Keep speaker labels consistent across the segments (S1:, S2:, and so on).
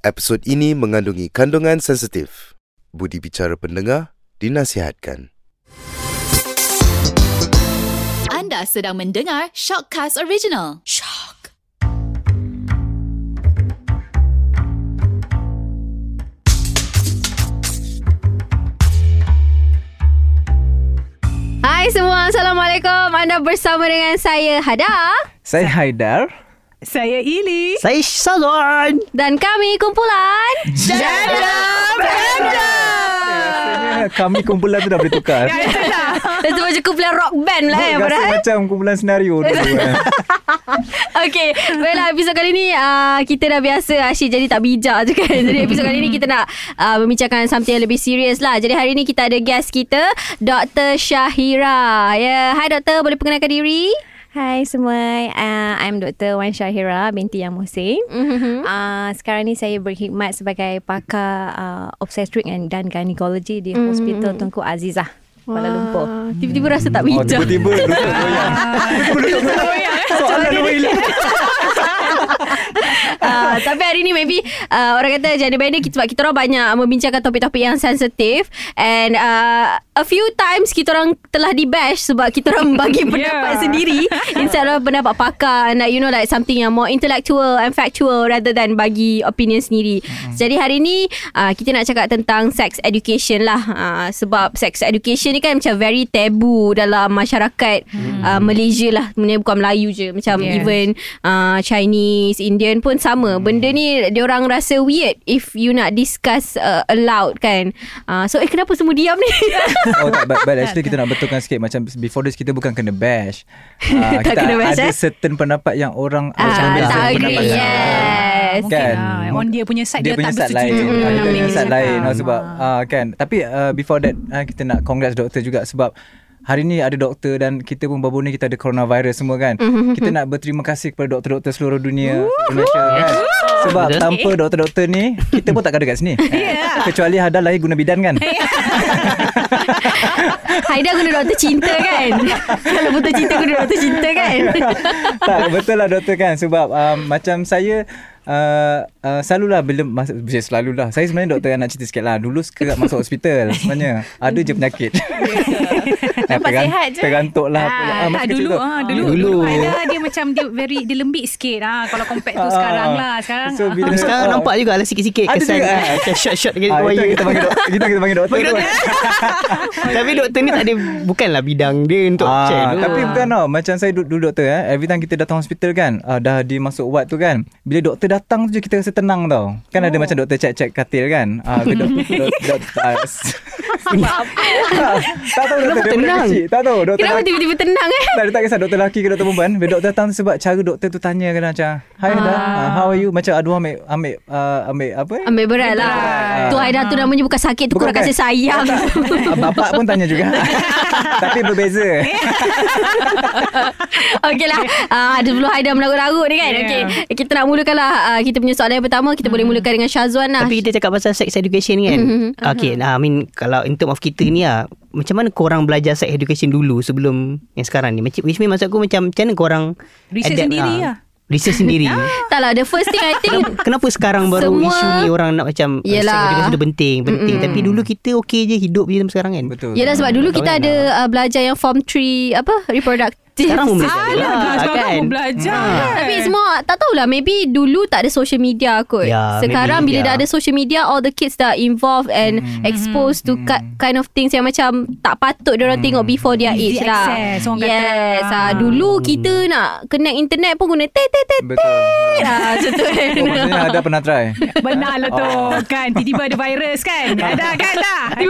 S1: Episod ini mengandungi kandungan sensitif. Budi bicara pendengar dinasihatkan.
S2: Anda sedang mendengar Shockcast Original. Shock.
S3: Hai semua, Assalamualaikum. Anda bersama dengan saya Hada
S4: Saya Haidar.
S5: Saya Ili.
S6: Saya Salon.
S3: dan kami kumpulan
S5: Jada Brenda.
S3: Ah.
S4: Biasanya kami kumpulan tu dah boleh tukar.
S3: Ya, Itu macam kumpulan rock band lah eh
S4: Rasa
S3: padahal.
S4: macam kumpulan senario dulu kan.
S3: Okay Baiklah episod kali ni uh, Kita dah biasa Asyik jadi tak bijak je kan Jadi episod kali ni kita nak uh, Membincangkan something yang lebih serius lah Jadi hari ni kita ada guest kita Dr. Syahira yeah. Hai doktor Boleh perkenalkan diri?
S7: Hai semua, uh, I'm Dr. Wan Syahira binti Yang Musin.
S3: Mm-hmm.
S7: Uh, sekarang ni saya berkhidmat sebagai pakar uh, obstetric and, dan gynecology di mm-hmm. Hospital Tunku Azizah, Kuala Lumpur.
S3: Tiba-tiba rasa tak
S4: Oh,
S3: bijak
S4: tiba-tiba lutut goyang. Tiba-tiba lutut goyang. Soalan dua hilang.
S3: Ah, tapi hari ni maybe uh, orang kata jadi benda kita sebab kita orang banyak membincangkan topik-topik yang sensitif and uh, a few times kita orang telah dibash sebab kita orang bagi pendapat sendiri instead of pendapat pakar and like, you know like something yang more intellectual and factual rather than bagi opinion sendiri. Jadi hari ni uh, kita nak cakap tentang sex education lah uh, sebab sex education ni kan macam very tabu dalam masyarakat
S4: Hmm.
S3: uh, Malaysia lah sebenarnya bukan Melayu je macam
S5: Yeah.
S3: even even uh, Chinese, Indian pun sama.
S4: Hmm.
S3: Benda ni diorang rasa weird if you nak discuss uh, aloud kan. Uh, so eh kenapa semua diam ni?
S4: Oh tak, but, but actually kita nak betulkan sikit. Macam before this kita bukan kena bash. Ah,
S3: Tak
S4: kita
S3: kena bash,
S4: ada
S3: eh?
S4: certain pendapat yang orang macam
S3: Ah,
S4: beza
S3: tak agree.
S4: pendapat yang orang.
S3: Yes.
S4: Kan?
S5: Mungkin lah. On dia punya side dia,
S4: punya
S5: tak
S4: side lain.
S5: bersetuju.
S4: Ah, Dia
S5: Apa
S4: punya
S5: yang
S4: side
S5: dia
S4: lain
S5: cakap.
S4: no, sebab ah, kan. Tapi uh, before that ah, kita nak congrats doktor juga sebab hari ni ada doktor dan kita pun baru ni kita ada coronavirus semua kan.
S5: Mm-hmm.
S4: Kita nak berterima kasih kepada doktor-doktor seluruh dunia Indonesia kan. Sebab
S6: Betul.
S4: tanpa doktor-doktor ni kita pun tak ada kat sini. Kecuali Hadal lahir guna bidan kan.
S3: Haida guna doktor cinta kan? Kalau betul cinta guna doktor cinta kan?
S4: tak betul lah doktor kan sebab um, macam saya Uh, uh, selalulah bila masuk bukan selalulah saya sebenarnya doktor anak cerita sikit lah dulu suka masuk hospital sebenarnya ada je penyakit yeah.
S7: Nampak sihat je.
S4: terantuk lah apa lah.
S5: Ah, tak,
S4: masa kecil
S5: dulu,
S4: tu.
S5: ah, dulu
S6: Dulu.
S5: dulu Aida dia macam dia very dia lembik sikit ah kalau compared tu
S4: Ah,
S5: sekarang
S4: ah.
S5: lah sekarang
S4: So, bila-
S6: Tapi sekarang
S4: Oh.
S6: nampak juga lah sikit-sikit
S4: Ada
S6: kesan.
S4: juga, eh?
S6: ah, Macam shot-shot gitu.
S4: Ah,
S6: Ah,
S4: itu kita panggil doktor kita, kita panggil doktor,
S6: Panggil
S4: tu.
S6: Tapi doktor ni tak ada, bukanlah bidang dia untuk
S4: Ah,
S6: check tu.
S4: Tapi bukan tau Macam saya duduk, duduk doktor eh. Every time kita datang hospital kan uh, Dah dia masuk ward tu kan Bila doktor datang tu je Kita rasa tenang tau Kan oh. ada macam doktor cek-cek katil kan uh, dok, dok, dok, uh, s- tak, tak tahu doktor dia
S6: tenang?
S4: tenang. kecil Tak tahu doktor
S3: Kenapa
S4: lelaki-
S3: tiba-tiba tenang eh?
S4: tak, dia tak kisah doktor lelaki ke doktor perempuan Bila doktor datang tu sebab Cara doktor tu tanya kan macam Hi Hada uh, How are you Macam aduh ambil Ambil, uh, ambil apa eh?
S3: Ah. Ambil berat lah. Tu Haida tu namanya bukan sakit tu
S4: Bukan, kan?
S3: kurang kasih
S4: bukan.
S3: sayang.
S4: Ah, Bapak pun tanya juga Tapi berbeza
S3: Okey lah uh, Sebelum Haida melagut-lagut ni kan
S5: Yeah.
S3: Okey
S6: Ya.
S3: Kita nak mulakan lah uh, Kita punya soalan yang pertama Kita boleh mulakan dengan Syazwan lah
S6: Hmm. Tapi kita cakap pasal sex education ni kan.
S3: Mhm.
S6: Okay, nah, I mean kalau in term of kita ni lah, macam mana korang belajar sex education dulu sebelum yang sekarang ni? Macam, which mean maksud aku macam, macam mana korang
S5: Research
S6: adapt,
S5: sendiri
S6: ah?
S5: lah.
S6: Research sendiri.
S3: Tak lah the first thing I think
S6: Kenapa sekarang baru
S3: Semua-
S6: isu ni orang nak macam eh,
S3: Yelah.
S6: sex education tu penting, penting. Tapi dulu kita okey je hidup je sampai sekarang kan.
S4: Betul
S3: Yelah sebab dulu kita
S6: Tak
S3: ada uh, belajar yang form 3 apa reproductive. Ah, lah.
S6: Sekarang pun boleh
S5: Alah,
S6: belajar
S5: belajar
S6: kan.
S5: kan? belajar.
S3: Tapi semua tak tahulah maybe dulu tak ada social media kot.
S6: Ya,
S3: Sekarang bila
S6: maybe, ya. Hmm.
S3: dah ada social media all the kids dah involved and exposed to ki- kind of things yang macam tak patut dia orang
S6: Hmm.
S3: tengok before their age
S5: Easy
S3: lah.
S5: access, orang kata.
S3: yes.
S5: Ah.
S3: Ah.
S6: Hmm.
S3: dulu kita nak connect internet pun guna tet tet tet.
S4: Betul
S6: Hmm.
S3: Ah, macam tu kan.
S4: Oh, maksudnya Hada pernah try
S5: Benar lah tu kan Tiba-tiba ada virus kan Ada kan tak Kan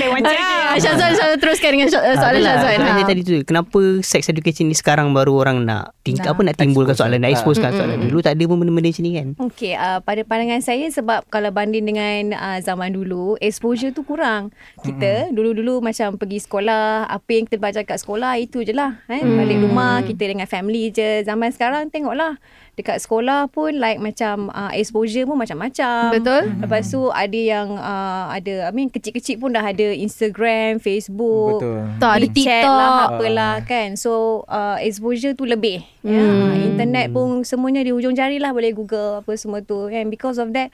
S5: Lewat
S3: Okay,
S5: jam
S3: Syazwan, Syazwan teruskan dengan so-
S6: Ah,
S3: soalan
S6: itulah.
S3: Syazwan.
S6: Soalan
S3: Ha.
S6: saya tadi tu Kenapa sex education ni Sekarang baru orang nak ting-
S5: Nak
S6: Apa nak timbulkan
S4: expose.
S6: soalan
S7: lah.
S6: Nak
S4: Ah.
S6: expose kan soalan Dulu tak ada pun benda-benda macam ni kan
S7: Okey, uh, pada pandangan saya sebab kalau banding dengan uh, zaman dulu, exposure tu kurang. Kita mm-hmm. dulu-dulu macam pergi sekolah, apa yang kita belajar kat sekolah itu je lah. Eh? Balik rumah, kita dengan family je. Zaman sekarang tengoklah dekat sekolah pun like macam uh, exposure pun macam-macam.
S3: Betul.
S7: Lepas tu ada yang uh, ada I mean kecil-kecil pun dah ada Instagram, Facebook.
S4: Betul.
S3: Tak, Ah, ada
S7: WeChat
S3: TikTok.
S7: lah apalah kan. So uh, exposure tu lebih. Ya.
S3: Hmm.
S7: Internet pun semuanya di hujung jari lah boleh Google apa semua tu. And because of that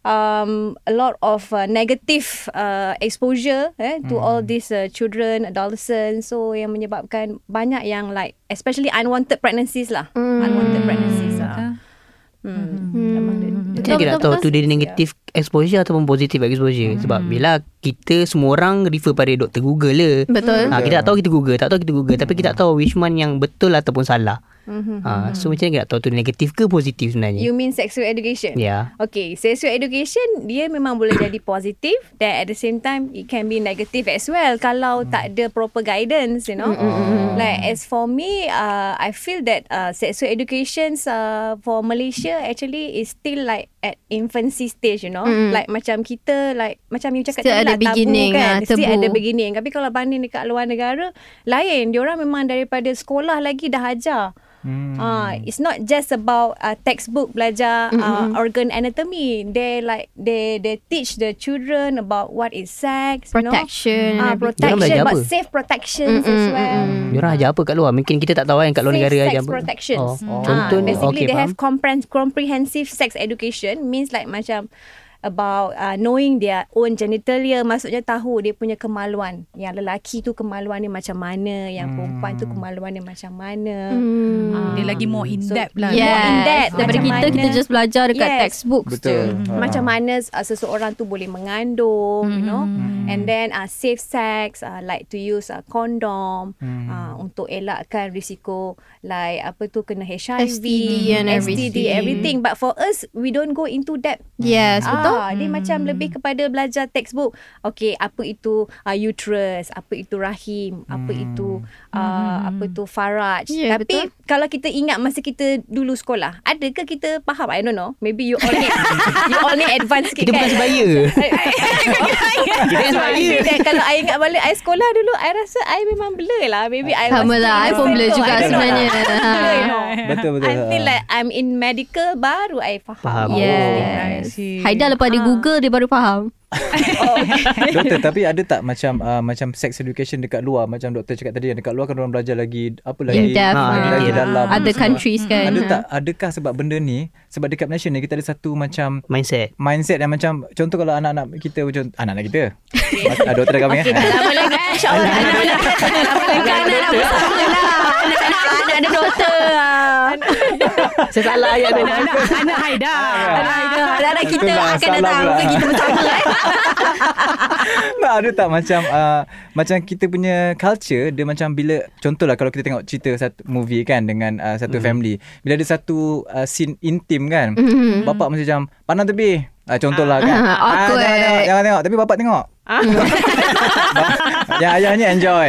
S7: um a lot of uh, negative uh, exposure eh, to
S3: Hmm.
S7: all these uh, children adolescents so yang menyebabkan banyak yang like especially unwanted pregnancies lah
S3: Hmm.
S7: unwanted pregnancies lah hmm. Memang dia- dia-
S6: Kita tidak tahu tu dia negative
S7: Ya.
S6: exposure ataupun positive exposure hmm. sebab bila kita semua orang refer pada doktor Google le.
S7: Hmm.
S3: Betul.
S6: Ha, kita tak tahu kita Google, tak tahu kita Google tapi kita tak tahu which one yang betul ataupun salah. Ha, so macam mana kita nak tahu tu negatif ke positif sebenarnya?
S7: Mm-hmm. you mean sexual education
S6: Ya.
S7: Okay, sexual education dia memang boleh jadi positif dan at the same time it can be negative as well kalau tak ada proper guidance, you know. Like as for me, uh, I feel that uh, sexual education uh, for Malaysia actually is still like at infancy stage, you know. Like macam kita like macam you cakap
S3: Still
S7: tadi
S3: at the
S7: lah,
S3: beginning,
S7: tabu kan.
S3: ah,
S7: Still at the
S3: tabu.
S7: beginning. Tapi kalau banding dekat luar negara, lain. Diorang memang daripada sekolah lagi dah ajar.
S4: Hmm.
S7: Ah, it's not just about uh, textbook belajar uh, organ anatomy. They like they they teach the children about what is sex,
S3: Protection.
S7: you know, ah
S6: Diorang
S7: protection,
S6: belajar
S7: but
S6: apa?
S7: safe protections as well.
S6: Hmm. Diorang ajar apa kat luar? Mungkin kita tak tahu kan kat
S7: Safe
S6: luar negara
S7: sex
S6: ajar apa.
S7: protections.
S6: Oh.
S7: Ah,
S6: Contohnya
S7: basically
S6: okay,
S7: they
S6: faham.
S7: have compre- comprehensive sex education means like macam about uh, knowing their own genitalia maksudnya tahu dia punya kemaluan yang lelaki tu kemaluan dia macam mana yang perempuan tu kemaluan dia macam mana
S3: Hmm.
S7: Ah.
S5: Dia lagi more in
S7: So,
S5: depth lah.
S3: Yes.
S7: More in depth.
S3: Daripada
S7: Macam
S3: kita,
S7: mana-
S3: kita just belajar dekat
S7: Yes.
S3: textbook je.
S4: Betul. Ha.
S7: Macam mana uh, seseorang tu boleh mengandung, you know.
S4: Hmm.
S7: And then uh, safe sex, uh, like to use uh, condom
S4: Hmm.
S7: uh, untuk elakkan risiko like apa tu kena HIV,
S3: STD and
S7: STD,
S3: everything.
S7: everything. But for us, we don't go into that.
S3: Yes, betul.
S7: Ah,
S6: Hmm.
S7: dia macam lebih kepada belajar textbook. Okay, apa itu uh, uterus, apa itu rahim, apa
S6: Hmm.
S7: itu uh, apa tu faraj.
S3: Hmm. Ya,
S7: Tapi kalau kita ingat masa kita dulu sekolah, adakah kita faham? I don't know. Maybe you all need you all need advance sikit
S6: Kita bukan
S7: kan?
S6: sebaya.
S7: Kita
S6: kan sebaya.
S7: Kalau I ingat balik I sekolah dulu I rasa I memang blur lah Maybe I
S3: Sama
S7: was
S3: lah, I pun
S7: still
S3: blur
S7: in
S3: juga
S7: secondary school. I
S3: sebenarnya.
S7: don't know
S3: Ha.
S7: lah. You know.
S4: Betul betul.
S7: Until
S4: Ha.
S7: like I'm in medical Baru I
S6: Faham.
S7: faham Ya.
S5: I
S3: Yes.
S5: see.
S3: Haida lepas
S7: Ah.
S3: dia Google, dia baru faham.
S4: Ha. Doktor tapi ada tak macam uh, macam sex education dekat luar macam doktor cakap tadi yang dekat luar kan orang belajar lagi apa lagi
S3: Yeah,
S6: ha,
S4: lagi
S6: yeah.
S4: dalam
S3: Other
S4: semua.
S3: countries kan.
S4: Ada
S7: Mm-hmm.
S4: tak adakah sebab benda ni sebab dekat Malaysia ni kita ada satu macam
S6: Mindset.
S4: mindset yang macam contoh kalau anak-anak kita macam anak-anak kita ada doktor eh? kami okay,
S7: Tak lama lagi InsyaAllah Tak lama lagi
S3: Bukan Ya. anak-anak bersama lah. Anak-anak anak ada doktor lah.
S6: Saya salah ayat tu.
S5: Anak, anak Haida.
S3: Anak-anak anak-anak kita
S4: Itulah, lah.
S3: akan
S4: salah
S3: datang
S4: pula.
S3: ke kita bersama eh.
S4: tak ada tak macam uh, macam kita punya culture dia macam bila contohlah kalau kita tengok cerita satu movie kan dengan uh,
S3: Hmm.
S4: satu mm. family bila ada satu uh, scene intim kan mm. bapak mesti macam pandang tepi uh, contohlah kan
S3: Hmm. Ah, awkward.
S4: jangan, tengok, jangan tengok tapi bapak tengok yang ayahnya enjoy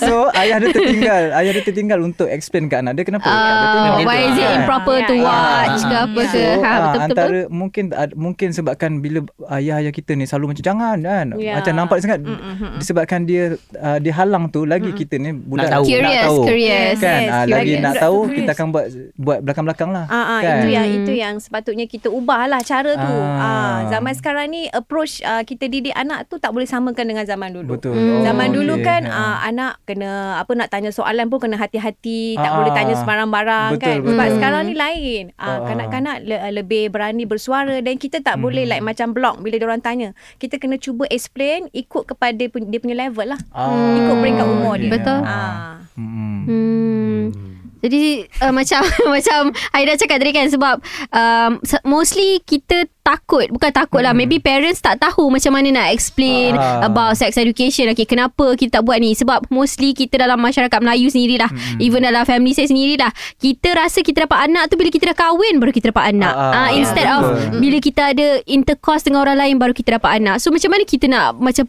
S4: so ayah dia tertinggal ayah dia tertinggal untuk explain ke anak dia kenapa Dia tengok
S3: Ah, Why
S4: gitu
S3: is it
S4: kan.
S3: improper to
S7: Ah,
S3: watch ke apa ke.
S4: So,
S3: Ha,
S4: ah,
S3: Betul-betul.
S4: antara mungkin ad- mungkin sebabkan bila ayah-ayah kita ni selalu macam jangan kan
S7: Ya.
S4: macam nampak sangat mm disebabkan dia uh, dia halang tu lagi kita ni budak
S6: tahu.
S4: nak
S3: Curious,
S4: tahu
S3: curious.
S4: kan
S7: Mm. Yes,
S4: Ah, lagi
S7: curious.
S4: nak
S7: Budak
S4: tahu
S7: tu
S4: kita akan buat buat belakang-belakang lah
S7: Ah, ah,
S4: kan
S7: itu yang itu yang sepatutnya kita ubahlah cara tu.
S4: Ah.
S7: Ah, zaman sekarang ni approach ah, kita didik anak tu tak boleh samakan dengan zaman dulu.
S4: betul
S3: Hmm.
S7: Zaman dulu
S4: okey.
S7: kan
S4: Ha.
S7: uh, anak kena apa nak tanya soalan pun kena hati-hati, tak
S4: Ah,
S7: boleh tanya sembarang-barang
S4: betul,
S7: kan. Sebab
S4: betul.
S7: sekarang ni lain.
S4: Ah.
S7: Uh, kanak-kanak le- uh, lebih berani bersuara dan kita tak boleh
S4: Hmm.
S7: like macam block bila dia orang tanya. Kita kena cuba explain ikut kepada dia punya, dia punya level lah.
S4: Ah,
S7: Ikut peringkat umur dia.
S3: Betul.
S7: Ah.
S4: Hmm.
S3: Hmm. Jadi uh, macam macam Aida cakap tadi kan sebab um, se- mostly kita takut bukan takut lah maybe parents tak tahu macam mana nak explain
S4: Hmm. Ah.
S3: about sex education okay kenapa kita tak buat ni sebab mostly kita dalam masyarakat Melayu sendirilah
S4: Hmm.
S3: even dalam family saya sendirilah kita rasa kita dapat anak tu bila kita dah kahwin baru kita dapat anak
S4: Ah,
S3: ah,
S4: ah,
S3: instead
S4: betul.
S3: of bila kita ada intercourse dengan orang lain baru kita dapat anak so macam mana kita nak macam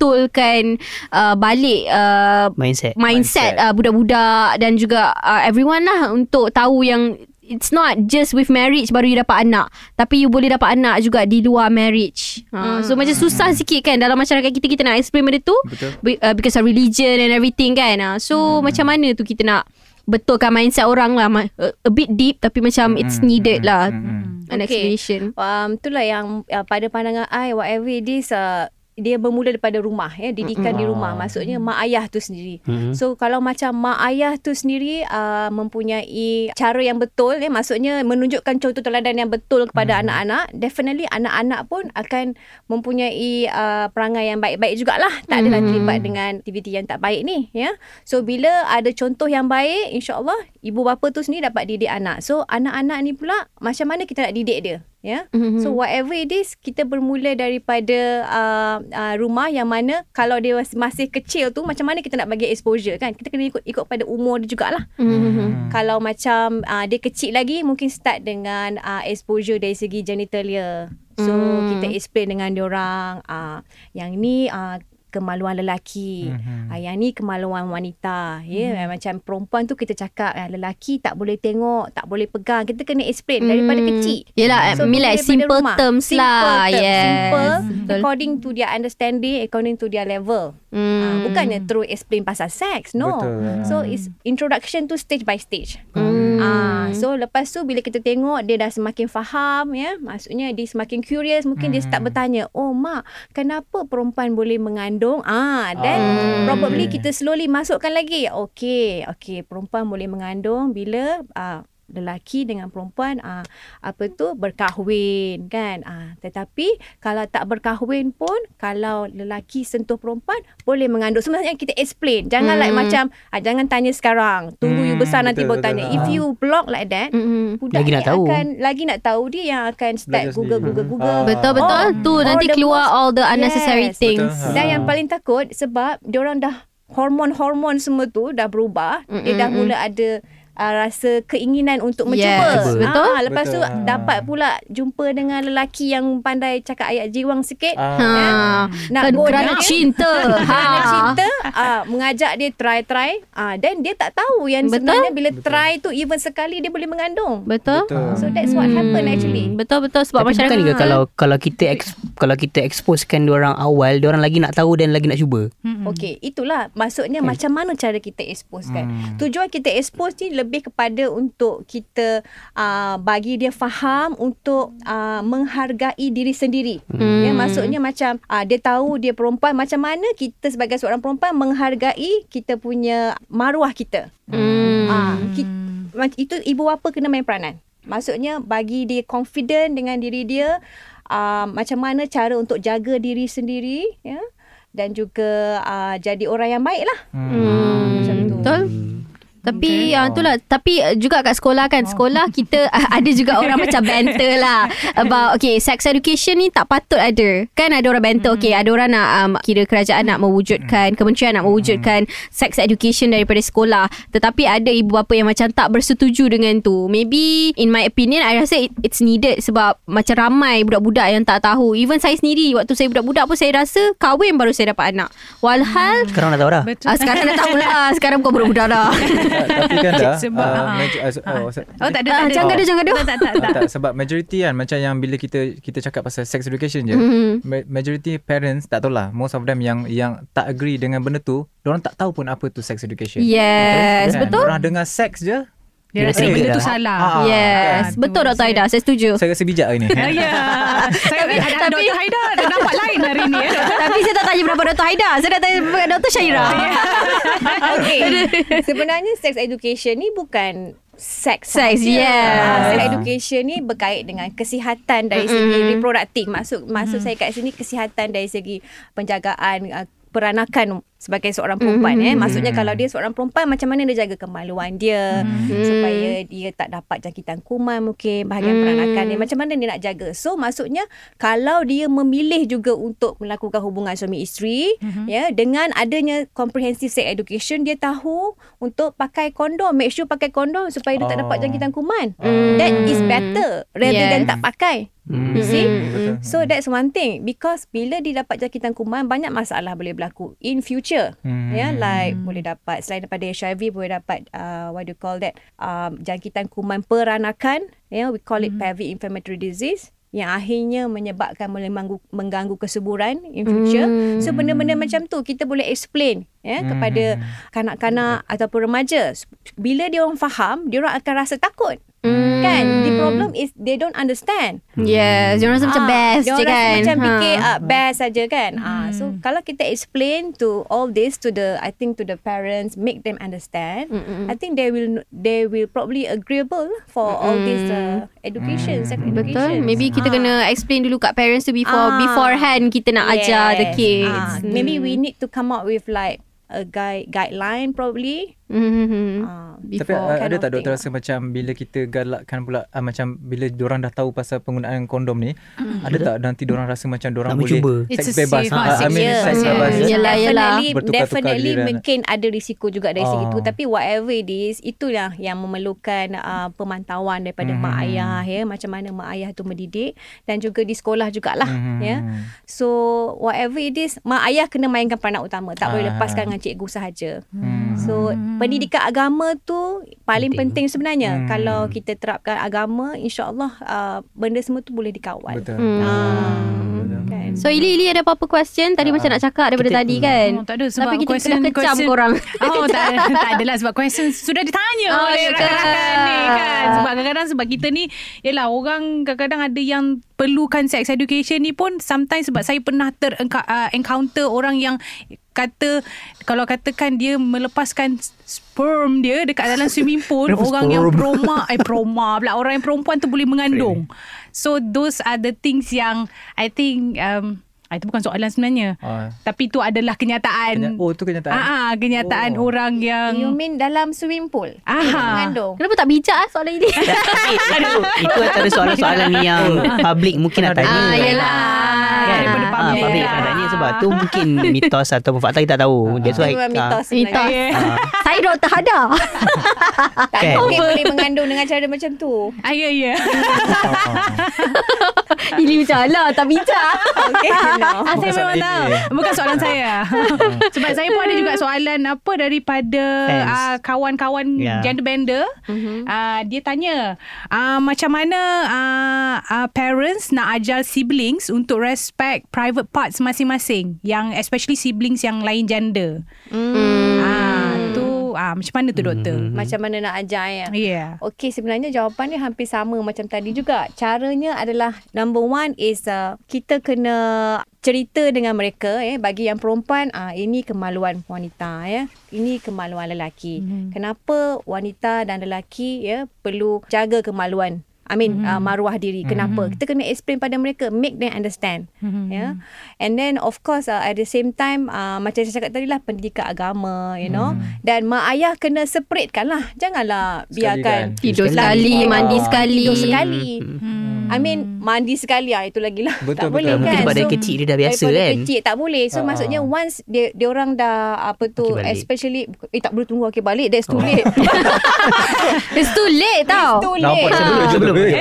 S3: perbetulkan uh, balik uh,
S6: Mindset.
S3: mindset,
S4: Mindset.
S3: Uh, budak-budak dan juga uh, everyone lah untuk tahu yang it's not just with marriage baru you dapat anak tapi you boleh dapat anak juga di luar marriage uh,
S7: Hmm.
S3: so macam susah sikit kan dalam masyarakat kita kita nak explain benda tu
S4: Betul.
S3: be, uh, because of religion and everything kan uh, so macam mana tu kita nak betulkan mindset orang lah. Ma- A a bit deep tapi
S7: Um,
S4: Hmm.
S3: macam it's needed lah. An
S7: Okay.
S3: explanation.
S7: um, itulah yang uh, pada pandangan I whatever it is uh, dia bermula daripada rumah ya didikan di rumah maksudnya mak ayah tu sendiri
S6: Mm-mm.
S7: so kalau macam mak ayah tu sendiri uh, mempunyai cara yang betul ya maksudnya menunjukkan contoh teladan yang betul kepada anak-anak definitely anak-anak pun akan mempunyai uh, perangai yang baik-baik jugalah tak adalah terlibat dengan aktiviti yang tak baik ni ya so bila ada contoh yang baik insyaallah ibu bapa tu sendiri dapat didik anak so anak-anak ni pula macam mana kita nak didik dia ya
S3: Mhm.
S7: So whatever it is kita bermula daripada uh, uh, rumah yang mana kalau dia mas- masih kecil tu macam mana kita nak bagi exposure kan kita kena ikut ikut pada umur dia jugalah.
S3: Mm-hmm.
S7: Kalau macam uh, dia kecil lagi mungkin start dengan uh, exposure dari segi genitalia. So
S3: Hmm.
S7: kita explain dengan diorang uh, yang ni uh, kemaluan lelaki.
S3: Hmm.
S4: Mm-hmm.
S7: Ah, yang ni kemaluan wanita. Ya, yeah? macam perempuan tu kita cakap ah, lelaki tak boleh tengok, tak boleh pegang. Kita kena explain daripada
S3: Hmm.
S7: kecil.
S3: Yelah, I mean
S7: kita
S3: like
S7: daripada
S3: simple
S7: rumah.
S3: terms
S7: simple
S3: lah.
S7: Terms,
S3: Yes.
S7: Simple
S3: Betul.
S7: according to their understanding, according to their level. Hmm. Uh, bukannya terus explain pasal seks, no.
S4: Betul lah.
S7: So it's introduction tu stage by stage.
S4: Mm.
S7: Hmm. Uh, so lepas tu bila kita tengok dia dah semakin faham ya, maksudnya dia semakin curious, mungkin dia
S4: Hmm.
S7: start bertanya, "Oh mak, kenapa perempuan boleh mengandung?" Ah, then
S4: Ah,
S7: probably
S4: okay.
S7: kita slowly masukkan lagi. Okay, okay, perempuan boleh mengandung bila uh, lelaki dengan perempuan uh, apa tu berkahwin kan. Uh, tetapi kalau tak berkahwin pun kalau lelaki sentuh perempuan boleh mengandung. Sebenarnya kita explain. Jangan like macam ah, jangan tanya sekarang. Tunggu you
S4: Hmm,
S7: besar nanti
S4: betul,
S7: baru
S4: betul.
S7: tanya. If
S4: Ah.
S7: you block like that,
S3: Mm-hmm.
S7: budak
S6: Lagi nak
S7: ni
S6: tahu.
S7: akan lagi nak tahu dia yang akan start
S4: Belajar
S7: Google,
S4: sendiri.
S7: Google Google
S4: Ah.
S3: Betul
S4: Oh,
S3: betul tu
S7: all
S3: nanti
S7: the
S3: keluar
S7: most-
S3: all the unnecessary
S7: Yes.
S3: things.
S4: Betul.
S7: Ah. Dan
S4: Ha.
S7: yang paling takut sebab diorang dah hormon-hormon semua tu dah berubah. Mm-mm. Dia dah mula ada uh, rasa keinginan untuk
S3: Yes,
S7: mencuba.
S3: betul.
S7: Ah, lepas
S4: Betul.
S7: tu dapat pula jumpa dengan lelaki yang pandai cakap ayat jiwang sikit.
S4: Ah.
S3: Ha.
S7: Nak
S3: Kan-
S7: bodoh.
S3: kerana cinta. Ha.
S7: Kerana cinta ah, Mengajak dia try-try ah, Then dia tak tahu Yang
S3: Betul.
S7: sebenarnya Bila try tu Even sekali Dia boleh mengandung
S3: Betul?
S4: Betul.
S7: So that's
S3: Hmm.
S7: what happen actually
S3: Betul betul sebab
S6: Tapi
S3: masyarakat
S6: bukan juga kalau kalau kita ex, kalau kita exposekan orang awal, orang lagi nak tahu dan lagi nak cuba.
S5: Hmm.
S7: Okey, itulah maksudnya hmm. macam mana cara kita expose kan.
S4: Mm.
S7: Hmm. Tujuan kita expose ni lebih kepada untuk kita uh, bagi dia faham untuk uh, menghargai diri sendiri. Hmm. Ya, maksudnya macam uh, dia tahu dia perempuan macam mana kita sebagai seorang perempuan menghargai kita punya maruah kita. Hmm. Uh, kita itu ibu bapa kena main peranan. Maksudnya bagi dia confident dengan diri dia uh, macam mana cara untuk jaga diri sendiri ya dan juga uh, jadi orang yang baik lah.
S4: Mm.
S3: Hmm.
S7: Macam tu.
S3: Betul? Tapi okay. uh, itulah tapi uh, juga kat sekolah kan sekolah kita uh, ada juga orang macam banter lah about okay sex education ni tak patut ada kan ada orang banter okay ada orang nak um, kira kerajaan nak mewujudkan kementerian nak mewujudkan sex education daripada sekolah tetapi ada ibu bapa yang macam tak bersetuju dengan tu maybe in my opinion I rasa it, it's needed sebab macam ramai budak-budak yang tak tahu even saya sendiri waktu saya budak-budak pun saya rasa kahwin baru saya dapat anak walhal
S6: Sekarang dah tahu dah.
S5: Betul.
S3: Ah, sekarang dah tahu lah Sekarang bukan budak-budak dah
S4: Tak, Tapi kan dah
S5: Sebab,
S4: ah,
S5: ah.
S4: maj- ah, so- oh, so-
S5: Oh tak
S3: Ah,
S5: ada tak ada.
S3: jangan gaduh, jangan gaduh.
S5: Tak tak tak,
S4: tak,
S5: tak.
S4: tak, sebab majority kan macam yang bila kita kita cakap pasal sex education je
S3: Mhm.
S4: ma- majority parents tak tahu lah most of them yang yang tak agree dengan benda tu orang tak tahu pun apa tu sex education
S3: Yes
S4: Kan?
S3: Betul
S4: Orang dengar seks je
S5: Dia rasa
S6: Dia
S5: benda
S6: dah.
S5: tu salah.
S4: Ah,
S3: Yes
S5: Eh, kan?
S3: Betul Dr. Aida Saya setuju
S4: Saya rasa bijak hari ni
S5: Ah, Ya. Saya ada ada
S3: tapi-
S5: Dr. Haida dah nampak lain hari ni ya.
S3: Tapi saya tak tanya berapa Dr. Haida Saya dah tanya berapa Dr. Syaira
S4: Oh, ya.
S7: Okay. Sebenarnya sex education ni bukan seks.
S3: Sex
S7: sahaja. Ah,
S3: Yes
S7: Sex education ni berkait dengan kesihatan dari segi
S3: Mm-hmm.
S7: reproduktif. Maksud maksud saya kat sini kesihatan dari segi penjagaan uh, peranakan sebagai seorang perempuan
S3: Mm-hmm.
S7: eh maksudnya kalau dia seorang perempuan macam mana dia jaga kemaluan dia
S3: Mm-hmm.
S7: supaya dia tak dapat jangkitan kuman mungkin bahagian
S3: Mm-hmm.
S7: peranakan dia macam mana dia nak jaga so maksudnya kalau dia memilih juga untuk melakukan hubungan suami isteri ya dengan adanya comprehensive sex education dia tahu untuk pakai kondom make sure pakai kondom supaya dia tak dapat
S4: Oh.
S7: jangkitan kuman that is better rather
S3: Yes.
S7: than tak pakai
S6: Hmm.
S7: you see
S4: Hmm. Betul.
S7: So that's one thing because bila dia dapat jangkitan kuman banyak masalah boleh berlaku in future.
S4: Hmm.
S7: Ya yeah, like boleh dapat selain daripada HIV boleh dapat uh, what do Ya, you call that um, jangkitan kuman peranakan. Yeah we call it pelvic inflammatory disease. yang akhirnya menyebabkan boleh mengganggu, mengganggu kesuburan in future. Mm. So benda-benda macam tu kita boleh explain ya mm. kepada kanak-kanak ataupun remaja. Bila dia orang faham, dia orang akan rasa takut. Mm. Kan? The problem is they don't understand.
S3: Yes, dia orang rasa macam
S7: Ah,
S3: best je
S7: dia orang rasa
S3: kan. Ha.
S7: macam
S3: Hmm.
S7: fikir ah, best saja kan. Ah, so kalau kita explain to all this to the I think to the parents, make them understand.
S3: Mm,
S7: I think they will they will probably agreeable lah for all this uh, education, sex
S3: Mm, Betul.
S7: education.
S3: Maybe kita
S7: Ah.
S3: kena explain dulu kat parents tu before
S7: Ah.
S3: beforehand kita nak ajar the
S7: Yes.
S3: kids. Hmm.
S7: Ah, maybe we need to come up with like a guide guideline probably.
S3: Mm-hmm.
S7: Ah,
S3: Before
S4: Tapi uh,
S7: kind
S4: ada tak
S7: of thing.
S4: doktor rasa macam bila kita galakkan pula uh, macam bila diorang dah tahu pasal penggunaan kondom ni ada tak nanti diorang rasa macam diorang
S6: Nak
S4: boleh
S6: mencuba.
S5: It's a
S4: seks bebas Ah,
S5: safe
S4: I
S5: market.
S4: mean
S5: Yeah.
S4: seks
S5: Mm.
S4: bebas ya.
S3: Yeah. Yelah, yelah.
S7: hmm, Definitely,
S4: Bertukar-tukar
S7: definitely
S4: giliran.
S7: mungkin ada risiko juga dari segi
S4: Ah.
S7: tu. Tapi whatever it is, itulah yang memerlukan uh, pemantauan daripada
S4: Mhm.
S7: mm-hmm. mak ayah ya. Macam mana mak ayah tu mendidik dan juga di sekolah jugalah
S4: Mhm.
S7: mm-hmm. ya. So whatever it is, mak ayah kena mainkan peranan utama. Tak boleh
S4: Ah.
S7: lepaskan dengan cikgu sahaja.
S4: Hmm.
S7: So pendidikan agama tu paling penting, sebenarnya.
S4: Hmm.
S7: Kalau kita terapkan agama, insyaallah uh, benda semua tu boleh dikawal.
S4: betul
S3: Hmm.
S7: Ah, kan.
S3: So Ili Ili ada apa-apa question
S4: Ah,
S3: tadi macam nak cakap daripada
S6: Kita-
S3: tadi kan?
S7: Hmm,
S5: Oh, tak ada sebab
S3: Tapi kita
S5: question-
S3: kena kecam
S5: question-
S3: korang.
S5: Oh tak, ada- tak adalah sebab question sudah ditanya
S3: Oh,
S5: oh, oleh
S3: sudah.
S5: rakan-rakan ni kan. Sebab kadang-kadang sebab kita ni ialah orang kadang-kadang ada yang perlukan sex education ni pun sometimes sebab saya pernah ter uh, encounter orang yang kata kalau katakan dia melepaskan sperm dia dekat dalam swimming pool
S6: Kenapa
S5: orang yang
S6: sperm?
S5: proma eh proma pula orang yang perempuan tu boleh mengandung. So those are the things yang I think um ah, itu bukan soalan sebenarnya.
S4: Ah.
S5: Tapi itu adalah kenyataan.
S4: Kenya- oh, tu kenyataan?
S5: Ah, ah, kenyataan
S4: Oh.
S5: orang yang Ah.
S7: You mean dalam swimming pool?
S5: Aha.
S7: Dia Mengandung.
S3: Kenapa tak bijak ah soalan ini?
S6: itu, itu antara soalan-soalan yang public mungkin nak tanya.
S3: ah, yelah.
S5: Kan? Daripada
S6: Ah,
S5: public.
S6: public nak tanya sebab tu mungkin mitos ataupun fakta kita tak tahu. That's why. ah.
S7: Itu memang mitos
S3: Mitos.
S7: sebenarnya.
S3: Saya doktor Hada.
S7: Tak
S6: Kan?
S7: mungkin boleh mengandung dengan cara macam tu.
S5: Ah, ya, ya.
S3: Ili macam alah tak bijak.
S7: Okay.
S5: Ah, saya
S4: soalan
S5: memang
S4: ini.
S5: tahu. Bukan soalan
S4: Ah.
S5: saya. Sebab saya pun ada juga soalan apa daripada
S6: Fans.
S5: ah, kawan-kawan
S6: Ya.
S5: gender bender.
S7: Mhm.
S5: Ah, dia tanya, ah, macam mana ah, ah, parents nak ajar siblings untuk respect private parts masing-masing. Yang especially siblings yang lain gender. Ah,
S7: Hmm.
S5: tu ah, macam mana tu doktor?
S4: Hmm.
S7: Macam mana nak ajar ya?
S5: Yeah.
S7: Okey, sebenarnya jawapan dia hampir sama macam tadi juga. Caranya adalah number one is uh, kita kena cerita dengan mereka eh bagi yang perempuan ah ini kemaluan wanita ya ini kemaluan lelaki mm-hmm. kenapa wanita dan lelaki ya perlu jaga kemaluan I mean mm-hmm. uh, maruah diri kenapa mm-hmm. kita kena explain pada mereka make them understand mm-hmm. ya and then of course uh, at the same time uh, macam saya cakap tadi lah pendidikan agama you know mm-hmm. dan mak ayah kena separatekan lah janganlah
S4: Sekali
S7: biarkan
S4: kan?
S3: Tidur
S6: sekali,
S3: sekali, mandi
S4: Ah.
S3: sekali.
S7: tidur sekali.
S5: kan.
S7: Hmm. I mean mandi sekali ah itu lagi lah.
S4: Betul,
S7: tak boleh
S4: betul.
S7: kan.
S6: Ah, Mungkin sebab dari kecil dia dah biasa
S7: daripada
S6: kan.
S7: kecil tak boleh. So
S4: Ah, ah.
S7: maksudnya once dia dia orang dah apa tu
S6: Akil balik.
S7: especially eh tak boleh tunggu akil balik that's too
S6: Oh.
S7: late.
S3: It's too late tau.
S7: too
S4: nampak
S7: late.
S4: sebelum je
S6: Sebelum.
S4: belum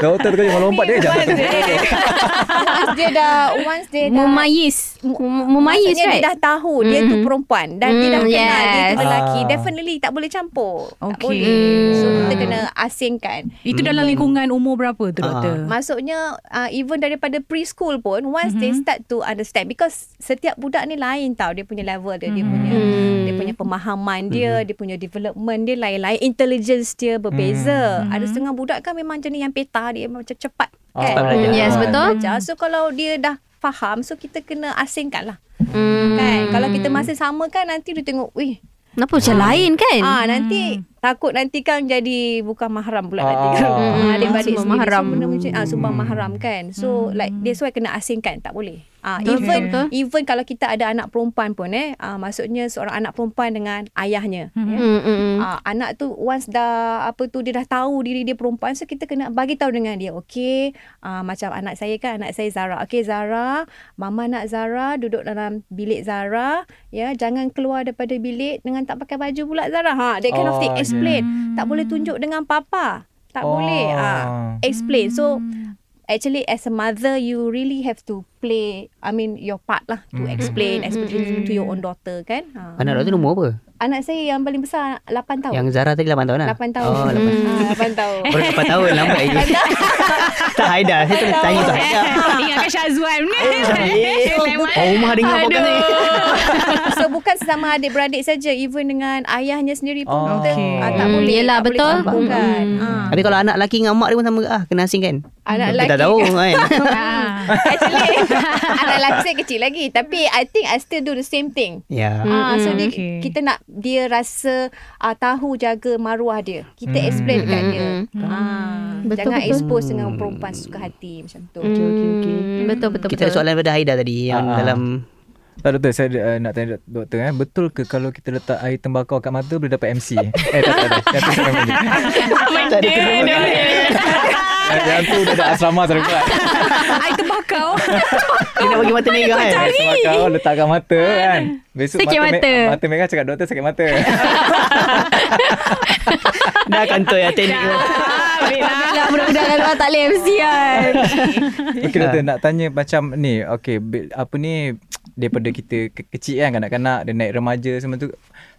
S4: doktor tu kalau lompat dia jangan
S7: once dia dah once dia dah
S3: Mumayis. Mu- Mumayis
S7: ah. Maksudnya
S3: right?
S7: dia dah tahu mm. dia tu
S3: Mm-mm.
S7: perempuan dan dia dah
S3: Mm,
S7: kenal dia
S3: yes.
S7: tu lelaki.
S4: Ah.
S7: Definitely tak boleh campur. Tak
S5: Okay.
S7: boleh. So kita kena asingkan.
S5: Itu dalam
S4: Hmm.
S5: lingkungan umur berapa tu
S4: Ah.
S5: doktor?
S7: Maksudnya uh, even daripada preschool pun once mm-hmm. they start to understand because setiap budak ni lain tau dia punya level dia mm-hmm. dia punya
S3: Hmm.
S7: dia punya pemahaman dia mm-hmm. dia punya development dia lain-lain intelligence dia berbeza mm-hmm. ada setengah budak kan memang jenis yang peta dia macam cepat
S4: Ah,
S7: kan
S6: Cepat
S4: Mm,
S6: belajar.
S3: Yes, betul.
S7: belajar so kalau dia dah faham so kita kena asingkan lah
S3: Hmm.
S7: mm. kan kalau kita masih sama kan nanti dia tengok wih
S3: Kenapa macam lain kan?
S7: Ah nanti takut nanti kan jadi bukan mahram
S4: Ah.
S7: pula nanti kan.
S4: Hmm,
S7: Ah adik balik
S3: sumbang
S7: sendiri.
S3: mahram. Hmm.
S7: So, benda macam ah sumbang mahram kan. So like that's why kena asingkan tak boleh. Ah
S3: Betul,
S7: even
S3: betul, betul.
S7: even kalau kita ada anak perempuan pun eh ah maksudnya seorang anak perempuan dengan ayahnya ya.
S3: Mm, mm,
S4: Hmm?
S3: mm.
S7: Ah, anak tu once dah apa tu dia dah tahu diri dia perempuan so kita kena bagi tahu dengan dia okey ah, macam anak saya kan anak saya Zara okey Zara mama nak Zara duduk dalam bilik Zara ya jangan keluar daripada bilik dengan tak pakai baju pula Zara ha that kind
S4: Oh,
S7: of thing
S4: yeah. Hmm.
S7: explain tak boleh tunjuk dengan papa tak ah.
S4: Oh.
S7: boleh ah explain so actually as a mother you really have to play I mean your part lah
S4: Hmm.
S7: to explain especially to your own daughter kan ha.
S6: Anak doktor umur apa?
S7: anak saya yang paling besar 8 tahun
S6: Yang Zara tadi 8 tahun lah
S7: 8 tahun
S6: Oh 8
S3: Hmm.
S7: Ah, 8 tahun
S6: Baru 8 tahun lambat lagi Tak Haida Saya terus tanya tu Haida
S5: Ingatkan Syazwan ni.
S6: Oh rumah dengar apa ni
S7: so bukan sesama adik-beradik saja even dengan ayahnya sendiri pun
S4: Oh.
S7: kita
S4: Okay.
S7: ah, tak
S3: Hmm,
S7: boleh
S3: yelah,
S7: tak boleh
S3: betul. Hmm.
S7: campurkan. Ah.
S6: Tapi kalau anak lelaki dengan mak dia pun sama ke? ah, Kena asing kan
S7: anak
S6: Kita tak tahu kan
S7: actually anak lelaki saya kecil lagi tapi I think I still do the same thing
S6: Ya
S3: Hmm,
S7: Ah, so dia,
S5: Okay.
S7: kita nak dia rasa ah, tahu jaga maruah dia. Kita
S4: Hmm.
S7: explain dekat
S3: Mm,
S7: dia.
S3: mm,
S7: Ah,
S3: Betul,
S7: jangan
S3: betul. Hmm.
S7: expose dengan perempuan suka hati macam tu.
S3: Okay, okay, okay. Betul, betul,
S6: Kita ada
S3: betul.
S6: soalan daripada Haida tadi Yang
S4: Ah, ah.
S6: dalam
S7: Oh
S4: Tak doktor Saya uh, nak tanya dok- doktor eh, Betul ke kalau kita letak air tembakau kat mata Boleh dapat MC Eh tak tak tak Yang tu seram lagi.
S6: Tak ada terima
S4: Yang- Yang tu dah ada asrama selalu buat
S5: Air tembakau.
S6: Dia nak bagi mata merah kan
S4: Air tembakau letak kat mata kan Besok
S3: Sakit
S4: mata,
S3: mata.
S4: Me- mata merah cakap doktor sakit mata
S6: Dah kantor ya teknik tu.
S3: Alhamdulillah mudah-mudahan kalau tak boleh MC kan.
S4: Okay doktor nak tanya macam ni Okay be- apa ni Daripada kita ke- kecil kan kanak-kanak Dia naik remaja semua tu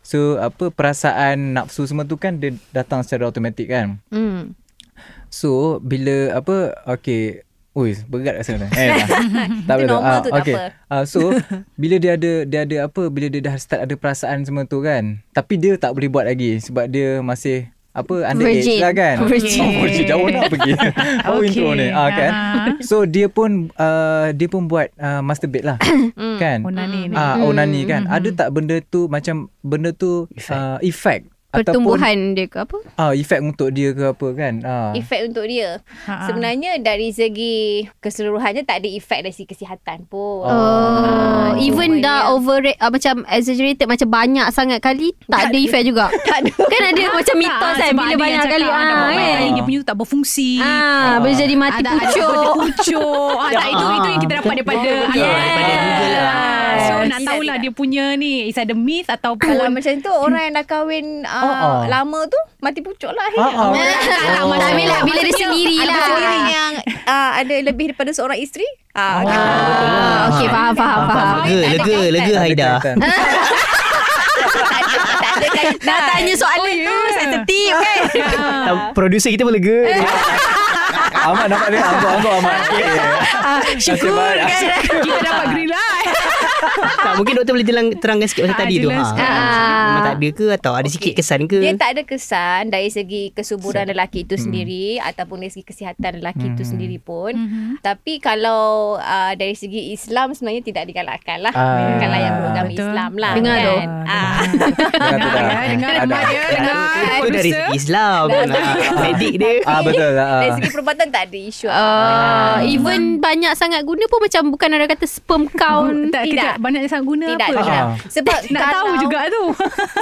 S4: So apa perasaan nafsu semua tu kan Dia datang secara automatik kan
S3: Hmm.
S4: So bila apa Okay Ui, berat rasa ni. Eh, tak
S7: Itu normal tu, tak apa.
S4: Uh, so bila dia ada dia ada apa bila dia dah start ada perasaan semua tu kan. Tapi dia tak boleh buat lagi sebab dia masih apa under
S3: Virgin.
S4: age lah kan.
S3: Virgin.
S4: Oh, virgin jauh nak pergi. Aku
S5: Okay.
S4: intro ni. Ah kan.
S5: Ah.
S4: So dia pun uh, dia pun buat uh, masturbate lah. kan?
S5: Onani ni.
S4: Ah, onani kan. Ada tak benda tu macam benda tu uh, effect ataupun
S3: Pertumbuhan dia ke apa? Oh,
S4: ah effect untuk dia ke apa kan. Ah.
S7: Efek untuk dia.
S5: Ha-ha.
S7: Sebenarnya dari segi keseluruhannya tak ada efek dari segi kesihatan pun.
S3: Oh,
S7: Ah,
S3: even
S7: Semuanya.
S3: dah over uh, macam exaggerated macam banyak sangat kali tak ada efek juga. tak ada. Kan ada macam mitos kan
S5: sebab
S3: bila
S5: ada yang
S3: banyak
S5: cakap
S3: kali ah
S5: ada banyak
S3: kan.
S5: kali Dia punya tu tak berfungsi.
S3: Ah, boleh jadi mati
S5: Ada- ada benda
S3: pucuk.
S5: Pucuk. Ah, tak, itu itu yang kita dapat daripada Ah.
S6: Betul, daripada Google lah.
S5: So nak
S7: Tidak,
S5: tahulah
S7: tidak.
S5: dia punya ni is ada myth
S7: Kalau
S5: ataupun
S7: macam tu orang yang dah kahwin uh,
S4: Oh, oh.
S7: lama tu mati pucuk lah
S4: Ah,
S7: akhirnya.
S4: ah.
S3: Tak
S5: maksudnya-
S3: ambil lah bila dia
S5: maksudnya
S3: sendiri
S7: Ada
S3: lah.
S7: sendiri yang uh, ada lebih daripada seorang isteri. Ah, kan?
S4: lah.
S3: Ah, okay, faham, faham, faham.
S6: Ah, Lega Lega Lega Haida
S4: Ada kaitan.
S7: tak ada, tak ada kaitan. Oh, ya.
S3: Dah tanya soalan tu, saya tertip kan.
S5: Ah.
S7: Ah.
S6: Tak, Producer kita pun lega
S4: Ahmad nampak dia Angkut angkut Ahmad okay. Syukur kan
S5: kita dapat green light.
S6: tak, Mungkin doktor boleh terang, terangkan sikit Pasal
S5: Ah,
S6: tadi tu ha.
S5: jelaskan.
S6: Memang tak ada ke Atau ada sikit kesan ke
S7: Ah. Dia tak ada kesan dari segi kesuburan lelaki
S4: Hmm.
S7: itu sendiri ataupun dari segi kesihatan lelaki itu sendiri pun. Tapi kalau uh, dari segi Islam sebenarnya tidak digalakkan lah.
S4: Ah,
S7: Kalau yang beragama
S5: betul.
S7: Islam lah.
S3: Dengar
S7: kan?
S3: tu.
S7: Ah.
S4: Dengar tu dah
S5: Ya, dengar Ahmad ya, dengar.
S6: Itu dari
S5: Producer.
S6: segi Islam Ah, Medik dia
S4: Ah betul lah
S7: Dari segi perubatan tak ada isu.
S6: Oh,
S3: Uh, even banyak sangat guna pun macam bukan orang kata sperm count. Ah,
S5: Tak,
S7: Tidak.
S5: tidak. Banyak yang sangat guna
S7: tidak,
S5: apa.
S4: Ah.
S7: tidak. Sebab
S5: Nak
S7: kalau,
S5: tahu juga tu.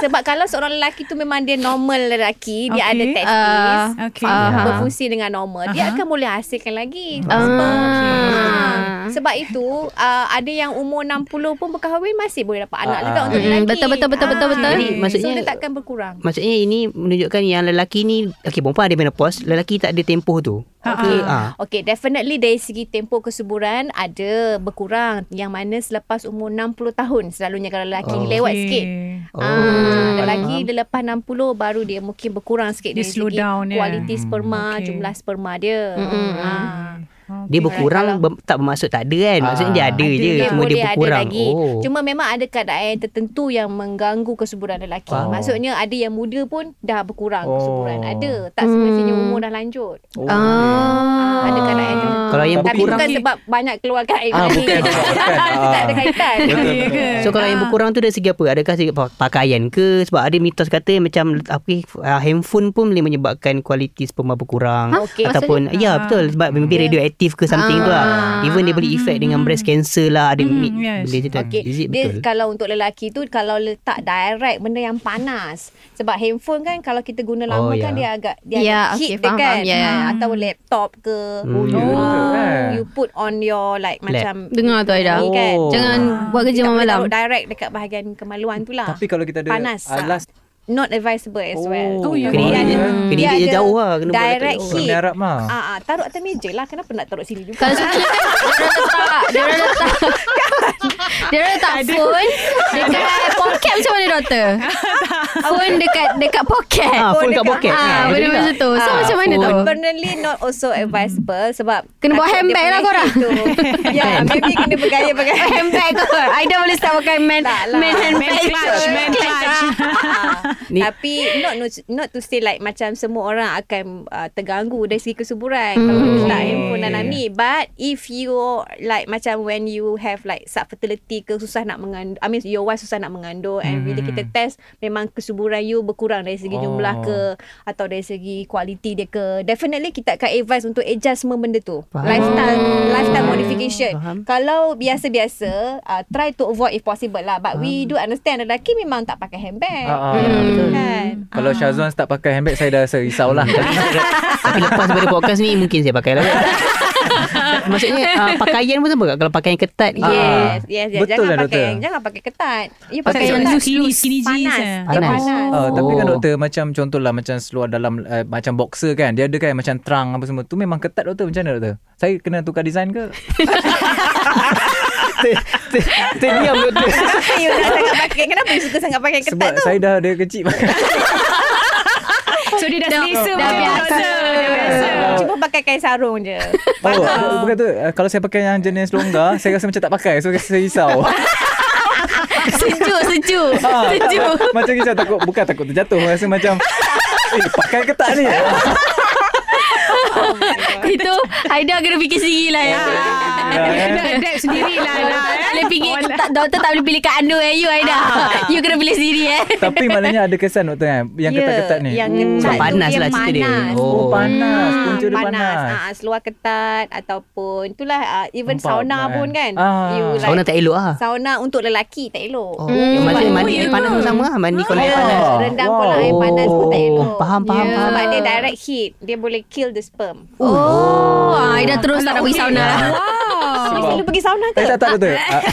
S7: Sebab kalau seorang lelaki tu memang dia normal lelaki, dia
S5: Okay.
S7: ada testis.
S3: Ah,
S5: Okay.
S3: Ah.
S7: berfungsi dengan normal dia akan boleh hasilkan lagi
S3: Ah.
S7: Ah. sebab itu uh, ada yang umur 60 pun berkahwin masih boleh dapat anak
S4: Ah,
S7: juga
S4: ah.
S7: untuk
S3: Mm,
S7: lelaki Ah.
S3: betul, betul, betul, betul, betul.
S7: Jadi,
S6: Maksudnya-
S7: so dia takkan berkurang
S6: Maksudnya ini menunjukkan yang lelaki ni Okay perempuan ada menopause Lelaki tak ada tempoh tu Okay ah.
S7: Okay, definitely dari segi tempoh kesuburan ada berkurang yang mana selepas umur 60 tahun selalunya kalau lelaki
S6: Oh.
S7: oh. lewat sikit.
S6: Oh.
S7: Ah,
S6: Faham.
S7: lelaki dia lepas 60 baru dia mungkin berkurang sikit
S5: Dia
S7: dari
S5: slow
S7: segi
S5: down, ya.
S7: kualiti sperma,
S5: okay.
S7: jumlah sperma dia.
S3: Mm-mm.
S7: Ah.
S6: Dia berkurang ber, tak bermaksud tak ada kan Maksudnya dia ada,
S5: Ada
S6: je
S5: lah.
S6: Cuma dia
S7: boleh
S6: berkurang
S7: ada lagi.
S6: oh.
S7: Cuma memang ada keadaan tertentu yang mengganggu kesuburan lelaki.
S4: Wow.
S7: Maksudnya ada yang muda pun dah berkurang
S4: Oh.
S7: kesuburan. Ada. Tak semestinya
S6: Hmm.
S7: umur dah lanjut.
S3: Ah.
S7: Ada keadaan yang tertentu.
S6: Kalau yang
S7: Tapi
S6: berkurang
S7: bukan sebab banyak keluarkan air
S4: Ah,
S7: mani.
S4: bukan, bukan, bukan.
S7: tak ada
S4: Ah.
S7: kaitan.
S4: Betul, betul.
S5: Okay.
S6: So kalau yang berkurang tu dari segi apa? Adakah segi pa- pakaian ke? Sebab ada mitos kata macam apa ah, handphone pun boleh menyebabkan kualiti sperma berkurang
S7: Hah? Ah, Okey.
S6: ataupun ya betul sebab mungkin radioaktif ke something tu lah.
S7: Ah.
S6: Even dia boleh effect dengan breast cancer lah ada
S5: Hmm,
S6: mm,
S5: yes.
S6: boleh jadi
S7: Okey,
S6: is it
S7: dia
S6: betul?
S7: kalau untuk lelaki tu kalau letak direct benda yang panas. Sebab handphone kan kalau kita guna
S6: Oh,
S7: lama
S6: ya.
S7: kan dia agak dia
S3: Ya,
S7: agak
S3: okey,
S7: heat dia
S3: faham,
S7: kan.
S3: faham. Ya, ya.
S7: Ah, atau laptop ke.
S6: Hmm.
S4: ya
S7: Ah,
S4: betul kan.
S7: You put on your like
S6: Lap.
S7: macam
S3: Dengar tu, Aida.
S7: ni Kan.
S4: Oh.
S3: Jangan buat kerja
S7: tak boleh
S3: malam-malam.
S7: taruh direct dekat bahagian kemaluan tu lah.
S4: Tapi kalau kita ada
S7: Panas,
S4: ah,
S7: ah.
S4: Last
S7: not advisable as oh. well.
S5: Oh, ya.
S6: Kena
S7: Dan-
S6: irit je- kena
S7: dia
S6: irit je
S7: ada
S6: jauh lah, kena buat dekat
S7: direct
S6: jauh.
S7: hit.
S4: Pandai Arab mah.
S7: Ah, ah, taruh atas meja lah. Kenapa nak taruh sini juga?
S3: Kalau suka Dia orang letak Dia orang letak Dia orang letak phone Dekat pocket macam mana doktor Phone dekat Dekat pocket
S6: Ah, phone kat poket.
S3: Ah,
S6: Ah,
S3: benda
S6: betul
S3: macam
S6: tak?
S3: tu So
S6: Ah,
S3: macam mana tu
S7: Personally not also advisable sebab
S3: Kena bawa
S7: takut dia
S3: handbag lah
S7: pakai
S3: korang.
S7: hit tu. Ya, yeah, maybe kena bergaya pakai
S3: Handbag tu Aida boleh start pakai man
S7: Tak lah.
S3: Man handbag
S5: Man clutch, man clutch.
S7: Ah,
S6: Ni-
S7: Tapi not no- not to say like macam semua orang akan uh, terganggu dari segi kesuburan
S6: Hmm.
S7: kalau you letak handphone dalam ni. But if you like macam when you have like subfertility ke susah nak mengandung, I mean your wife susah nak mengandung and bila kita
S6: Hmm.
S7: test memang kesuburan you berkurang dari segi
S4: Oh.
S7: jumlah ke atau dari segi kualiti dia ke. Definitely kita akan advise untuk adjust semua benda tu.
S6: Faham. Hmm.
S7: Lifestyle lifestyle modification.
S6: Faham.
S7: Kalau biasa-biasa uh, Try to avoid if possible lah But we do understand Lelaki memang tak pakai handbag
S4: Ah, ah.
S7: Ya,
S6: Betul.
S7: Kan
S4: Kalau Syazwan start pakai handbag Saya dah rasa risau lah
S6: Tapi lepas pada podcast ni Mungkin saya pakai lah kot. Maksudnya uh, Pakaian pun sama tak? Kalau pakaian ketat
S4: Ah.
S7: Yes, yes, yes.
S4: Betul
S7: Jangan
S4: lah,
S7: pakai
S4: Doktor.
S7: jangan pakai ketat. You
S5: Pakai
S7: pakai
S5: yang
S7: ketat.
S5: loose, loose, skinny jeans,
S7: Panas.
S5: eh.
S7: Dia
S6: Panas.
S4: Uh, tapi kan
S6: Oh.
S4: doktor macam contohlah macam seluar dalam uh, macam boxer kan dia ada kan macam trunk apa semua tu memang ketat doktor macam mana doktor saya kena tukar design ke
S6: Kita diam betul
S7: Kenapa you nak sangat pakai? Kenapa you suka sangat pakai ketat
S4: Oh. sebab
S7: tu?
S4: saya dah dari kecil pakai
S5: So dia dah
S3: Dah-
S5: selesa
S3: dah
S7: Ya,
S5: macam
S3: biasa.
S5: tu, Dah biasa.
S4: Ah.
S7: Cuma pakai kain sarung je.
S4: oh, bukan tu uh, kalau saya pakai yang jenis longgar saya rasa macam tak pakai so saya risau
S3: Sejuk Sejuk
S4: Ah,
S3: Sejuk
S4: macam risau takut bukan takut terjatuh rasa macam eh pakai ketat ni
S3: Itu Aida kena fikir sendiri lah ya.
S5: Ah, Kena adapt sendiri lah lah.
S3: Tak Eh. ya. boleh fikir
S5: Orang-
S3: tak, Doktor tak boleh pilih kat Anu eh You Aida You kena pilih sendiri eh
S4: tapi maknanya ada kesan doktor kan yang
S7: Ya,
S4: ketat-ketat ni
S7: Yang
S6: Hmm.
S7: ketat
S6: Sebab panas
S7: tu dia
S6: lah cerita dia.
S7: panas. Hmm,
S4: oh panas punca dia panas,
S7: panas. Ah, seluar ketat ataupun itulah ah, even
S4: Nampak,
S7: sauna
S4: man.
S7: pun kan.
S4: Ah.
S7: You like
S6: Sauna tak elok lah
S7: sauna untuk lelaki tak elok.
S6: Oh, hmm. Maksudnya mandi
S5: Oh,
S6: air
S5: ya
S6: panas
S5: ke?
S6: pun sama lah Mandi kalau air
S7: Ya,
S6: panas
S7: Rendang
S4: Wow.
S7: wow. kolam air panas pun tak elok.
S6: Faham, faham,
S7: yeah.
S6: faham.
S7: Sebab dia direct heat. Dia boleh kill the sperm.
S3: Oh Aida terus tak nak pergi sauna lah
S7: Oh. You selalu pergi sauna ke?
S4: Eh, tak tak doktor Ah,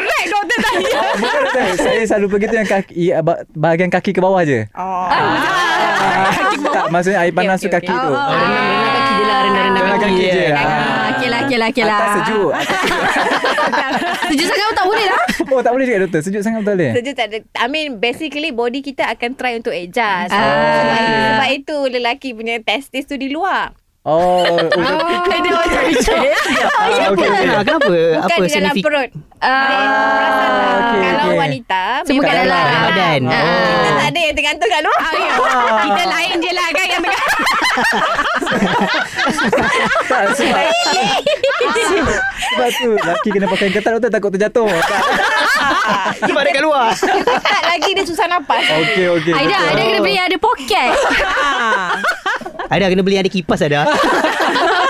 S5: Direct doktor tanya.
S4: Bukan doktor. Saya selalu pergi tu yang kaki eh, ba- Bahagian kaki ke bawah je
S7: Oh.
S4: Ah, Tak maksudnya air panas tu
S7: okey,
S4: kaki tu
S7: Oh.
S6: Rendang kaki je lah Rendang-rendang
S4: Rendang
S6: kaki
S4: kaki
S6: je
S4: je.
S3: Ah, Okey lah okey lah okey lah
S4: Atas sejuk Atas
S3: Sejuk sangat pun tak boleh lah
S4: sejuk. Oh tak boleh juga doktor Sejuk sangat betul dia
S7: Sejuk tak ada. I mean basically body kita akan try untuk adjust.
S3: Ah.
S7: Sebab, sebab itu lelaki punya testis tu di luar.
S4: Oh
S3: Aida macam
S4: Ah, okey,
S6: Bukan
S4: okey.
S6: lah Kenapa
S7: Bukan di
S6: Apa
S7: dalam
S6: signifik
S7: perut. lah.
S3: Ah,
S4: okey,
S7: Kalau
S4: okey.
S7: wanita
S3: So, bukan
S7: memang-
S3: dalam
S6: badan.
S7: Ah,
S6: Oh.
S7: Kita tak ada yang tergantung kat luar.
S3: Ah, Oh.
S5: Kita lain je lah kan yang tengah.
S4: Tak sebab Sebab tu Laki kena pakai ketat doktor Takut terjatuh Tak.
S6: Sebab dekat luar
S7: Ketat lagi dia susah nafas.
S4: Okey okey
S3: Aida
S4: betul.
S3: Aida kena beli yang ada pocket
S6: Ada kena beli Ada kipas ada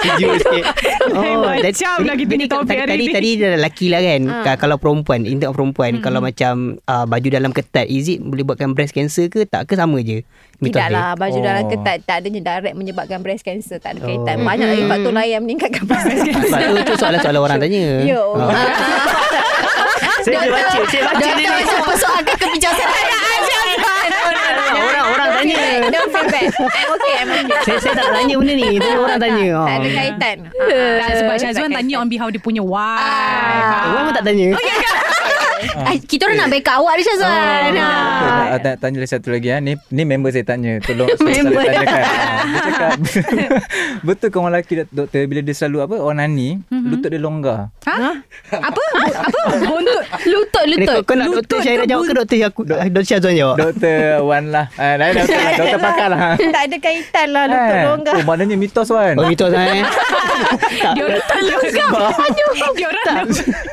S6: Sejuk sikit
S5: Lain
S6: tadi-
S5: macam lah kita
S6: tadi-
S5: ni topik
S6: tadi-
S5: hari
S6: Tadi
S5: ni.
S6: tadi dia lelaki lah kan Ka- Kalau perempuan In term of perempuan Kalau macam ah, Baju dalam ketat Is it boleh buatkan breast cancer ke Tak ke sama je
S7: Tidak lah Baju
S4: Oh.
S7: dalam ketat Tak adanya direct Menyebabkan breast cancer Tak ada
S6: Oh.
S7: kaitan Banyak lagi
S4: Hmm.
S7: faktor lain Yang meningkatkan breast cancer
S6: Sebab tu, tu soalan-soalan orang tanya
S7: Yo.
S6: Ah. Saya boleh baca Saya baca
S3: Doktor macam persoalkan kebijaksanaan
S6: Orang orang tanya
S7: Don't feel bad I'm okay I'm okay
S6: Saya saya tak tanya benda ni Tapi orang tanya oh.
S7: Tak ada kaitan
S5: Tak, sebab Syazwan tanya on behalf dia punya
S6: Eh,
S5: wife.
S6: Orang pun tak tanya
S3: Ah, Kita orang nak backup awak ni Syazwan Ah.
S4: Betul, nak- ah, tanya- Tanya lagi satu lagi ya. Ni ni member saya tanya. Tolong saya
S3: Member.
S4: tanyakan. Ah, dia cakap betul ke orang lelaki dok- doktor bila dia selalu apa orang nani, lutut dia longgar.
S5: Ha? Apa? Apa? Buntut.
S3: Lutut
S6: Kena-
S3: lutut
S6: Kau nak
S5: Lutut
S6: doktor Syahira jawab ke doktor aku Doktor Syazwan jawab
S4: Doktor Wan lah. Ah, lain doktor lah. Doktor pakar lah.
S7: Tak ada kaitan lah Lutut
S4: Eh,
S7: longgar
S4: Oh, maknanya mitos Wan.
S6: Oh gitu saya
S5: Dia orang tak longgar. Dia orang
S6: tak,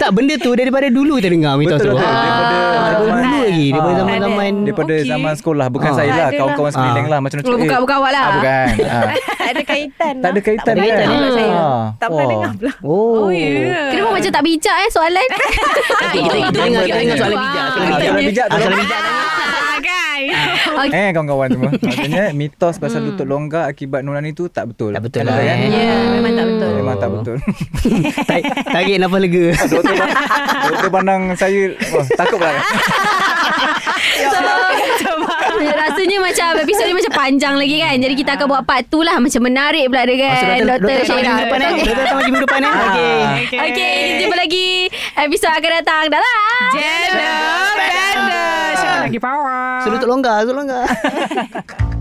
S6: tak benda tu daripada dulu kita dengar mitos
S4: Betul
S6: tu.
S4: betul. Daripada
S6: Ah, daripada
S4: zaman-
S6: dulu lagi daripada
S4: Ah.
S6: zaman-zaman
S4: Daripada
S5: Okey.
S4: zaman sekolah Bukan
S6: Ah.
S4: saya lah
S7: Tak ada
S4: Kawan-kawan
S6: lah.
S4: sekeliling
S6: Ah.
S4: lah Macam
S3: Oh,
S4: eh,
S3: bukan- bukan awak lah.
S4: ah, Bukan Ah.
S7: Tak ada kaitan
S4: Tak ada kaitan
S6: ada
S4: kan
S6: kaitan
S7: lah saya.
S4: Ah.
S7: Tak pernah
S4: Wah.
S7: dengar pula
S6: Oh.
S5: Ya.
S3: Kenapa macam tak bijak eh soalan
S6: Kita kita dengar kita dengar soalan bijak.
S4: Ah, Soalan bijak
S6: Ah,
S4: tolong.
S6: Soalan bijak.
S5: Ah, kan.
S4: Eh kawan-kawan semua Maksudnya mitos pasal lutut longgar Akibat nurani tu tak betul
S6: Tak betul
S4: Kan
S6: lah
S4: ada
S6: eh.
S4: kan?
S3: Ya, memang
S7: Hmm.
S3: tak betul.
S4: Memang tak betul
S6: Tarik, tarik nafas lega.
S4: Doktor, doktor pandang saya oh, Takut pula
S3: Rasanya macam episod ni macam panjang lagi kan. Jadi kita akan buat part tu lah. Macam menarik pula dia
S6: Masuk
S3: kan.
S6: doktor
S3: Dr.
S6: datang minggu
S3: Syirah.
S6: depan eh. Doktor datang minggu depan eh. Okay.
S3: Okay. Ah, okay, kita jumpa lagi episod akan datang lah. dalam
S5: Jana Bender. Siapa lagi power?
S6: So lutut longgar, lutut longgar.